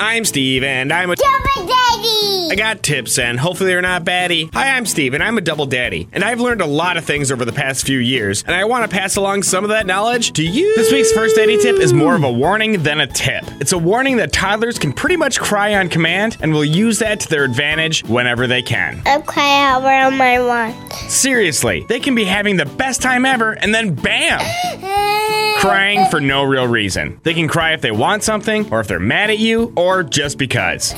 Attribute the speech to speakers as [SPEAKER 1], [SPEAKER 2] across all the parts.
[SPEAKER 1] I'm Steve, and I'm a.
[SPEAKER 2] Double
[SPEAKER 1] I
[SPEAKER 2] Daddy!
[SPEAKER 1] got tips, and hopefully they're not baddie. Hi, I'm Steve, and I'm a double daddy, and I've learned a lot of things over the past few years, and I want to pass along some of that knowledge to you. This week's first daddy tip is more of a warning than a tip. It's a warning that toddlers can pretty much cry on command, and will use that to their advantage whenever they can.
[SPEAKER 2] Okay, how am I want?
[SPEAKER 1] Seriously, they can be having the best time ever, and then bam! Crying for no real reason. They can cry if they want something, or if they're mad at you, or just because.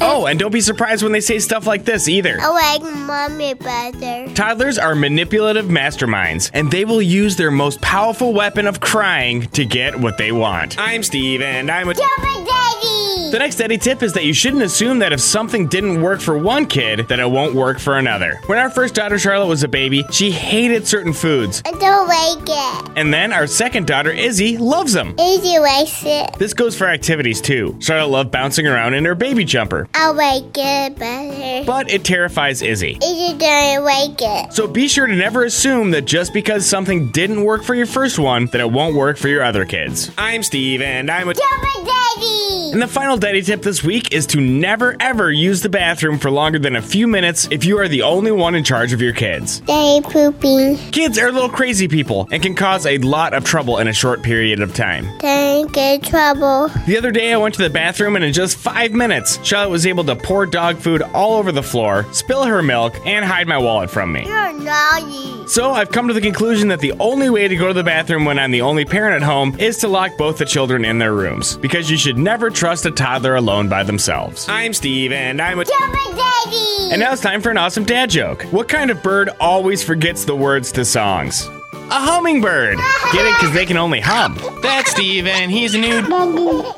[SPEAKER 1] Oh, and don't be surprised when they say stuff like this either.
[SPEAKER 2] I like mommy better.
[SPEAKER 1] Toddlers are manipulative masterminds, and they will use their most powerful weapon of crying to get what they want. I'm Steve, and I'm a.
[SPEAKER 2] Double Daddy!
[SPEAKER 1] The next Eddie tip is that you shouldn't assume that if something didn't work for one kid, that it won't work for another. When our first daughter Charlotte was a baby, she hated certain foods,
[SPEAKER 2] I don't like it.
[SPEAKER 1] and then our second daughter Izzy loves them.
[SPEAKER 2] Easy likes it.
[SPEAKER 1] This goes for activities too. Charlotte loved bouncing around in her baby jumper,
[SPEAKER 2] I like it better.
[SPEAKER 1] but it terrifies Izzy.
[SPEAKER 2] Easy doesn't like it.
[SPEAKER 1] So be sure to never assume that just because something didn't work for your first one, that it won't work for your other kids. I'm Steve, and I'm a.
[SPEAKER 2] Double Daddy!
[SPEAKER 1] And the final daddy tip this week is to never ever use the bathroom for longer than a few minutes if you are the only one in charge of your kids.
[SPEAKER 2] Daddy pooping.
[SPEAKER 1] Kids are little crazy people and can cause a lot of trouble in a short period of time.
[SPEAKER 2] Daddy get in trouble.
[SPEAKER 1] The other day, I went to the bathroom, and in just five minutes, Charlotte was able to pour dog food all over the floor, spill her milk, and hide my wallet from me.
[SPEAKER 2] You're naughty.
[SPEAKER 1] So I've come to the conclusion that the only way to go to the bathroom when I'm the only parent at home is to lock both the children in their rooms, because you should never trust a toddler alone by themselves. I'm Steve, and I'm a.
[SPEAKER 2] Double Daddy!
[SPEAKER 1] And now it's time for an awesome dad joke. What kind of bird always forgets the words to songs? A hummingbird! Get it? Because they can only hum. That's Steve, and he's a new.
[SPEAKER 2] Daddy.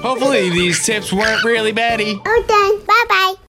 [SPEAKER 1] Hopefully, these tips weren't really baddie.
[SPEAKER 2] I'm done. Bye bye.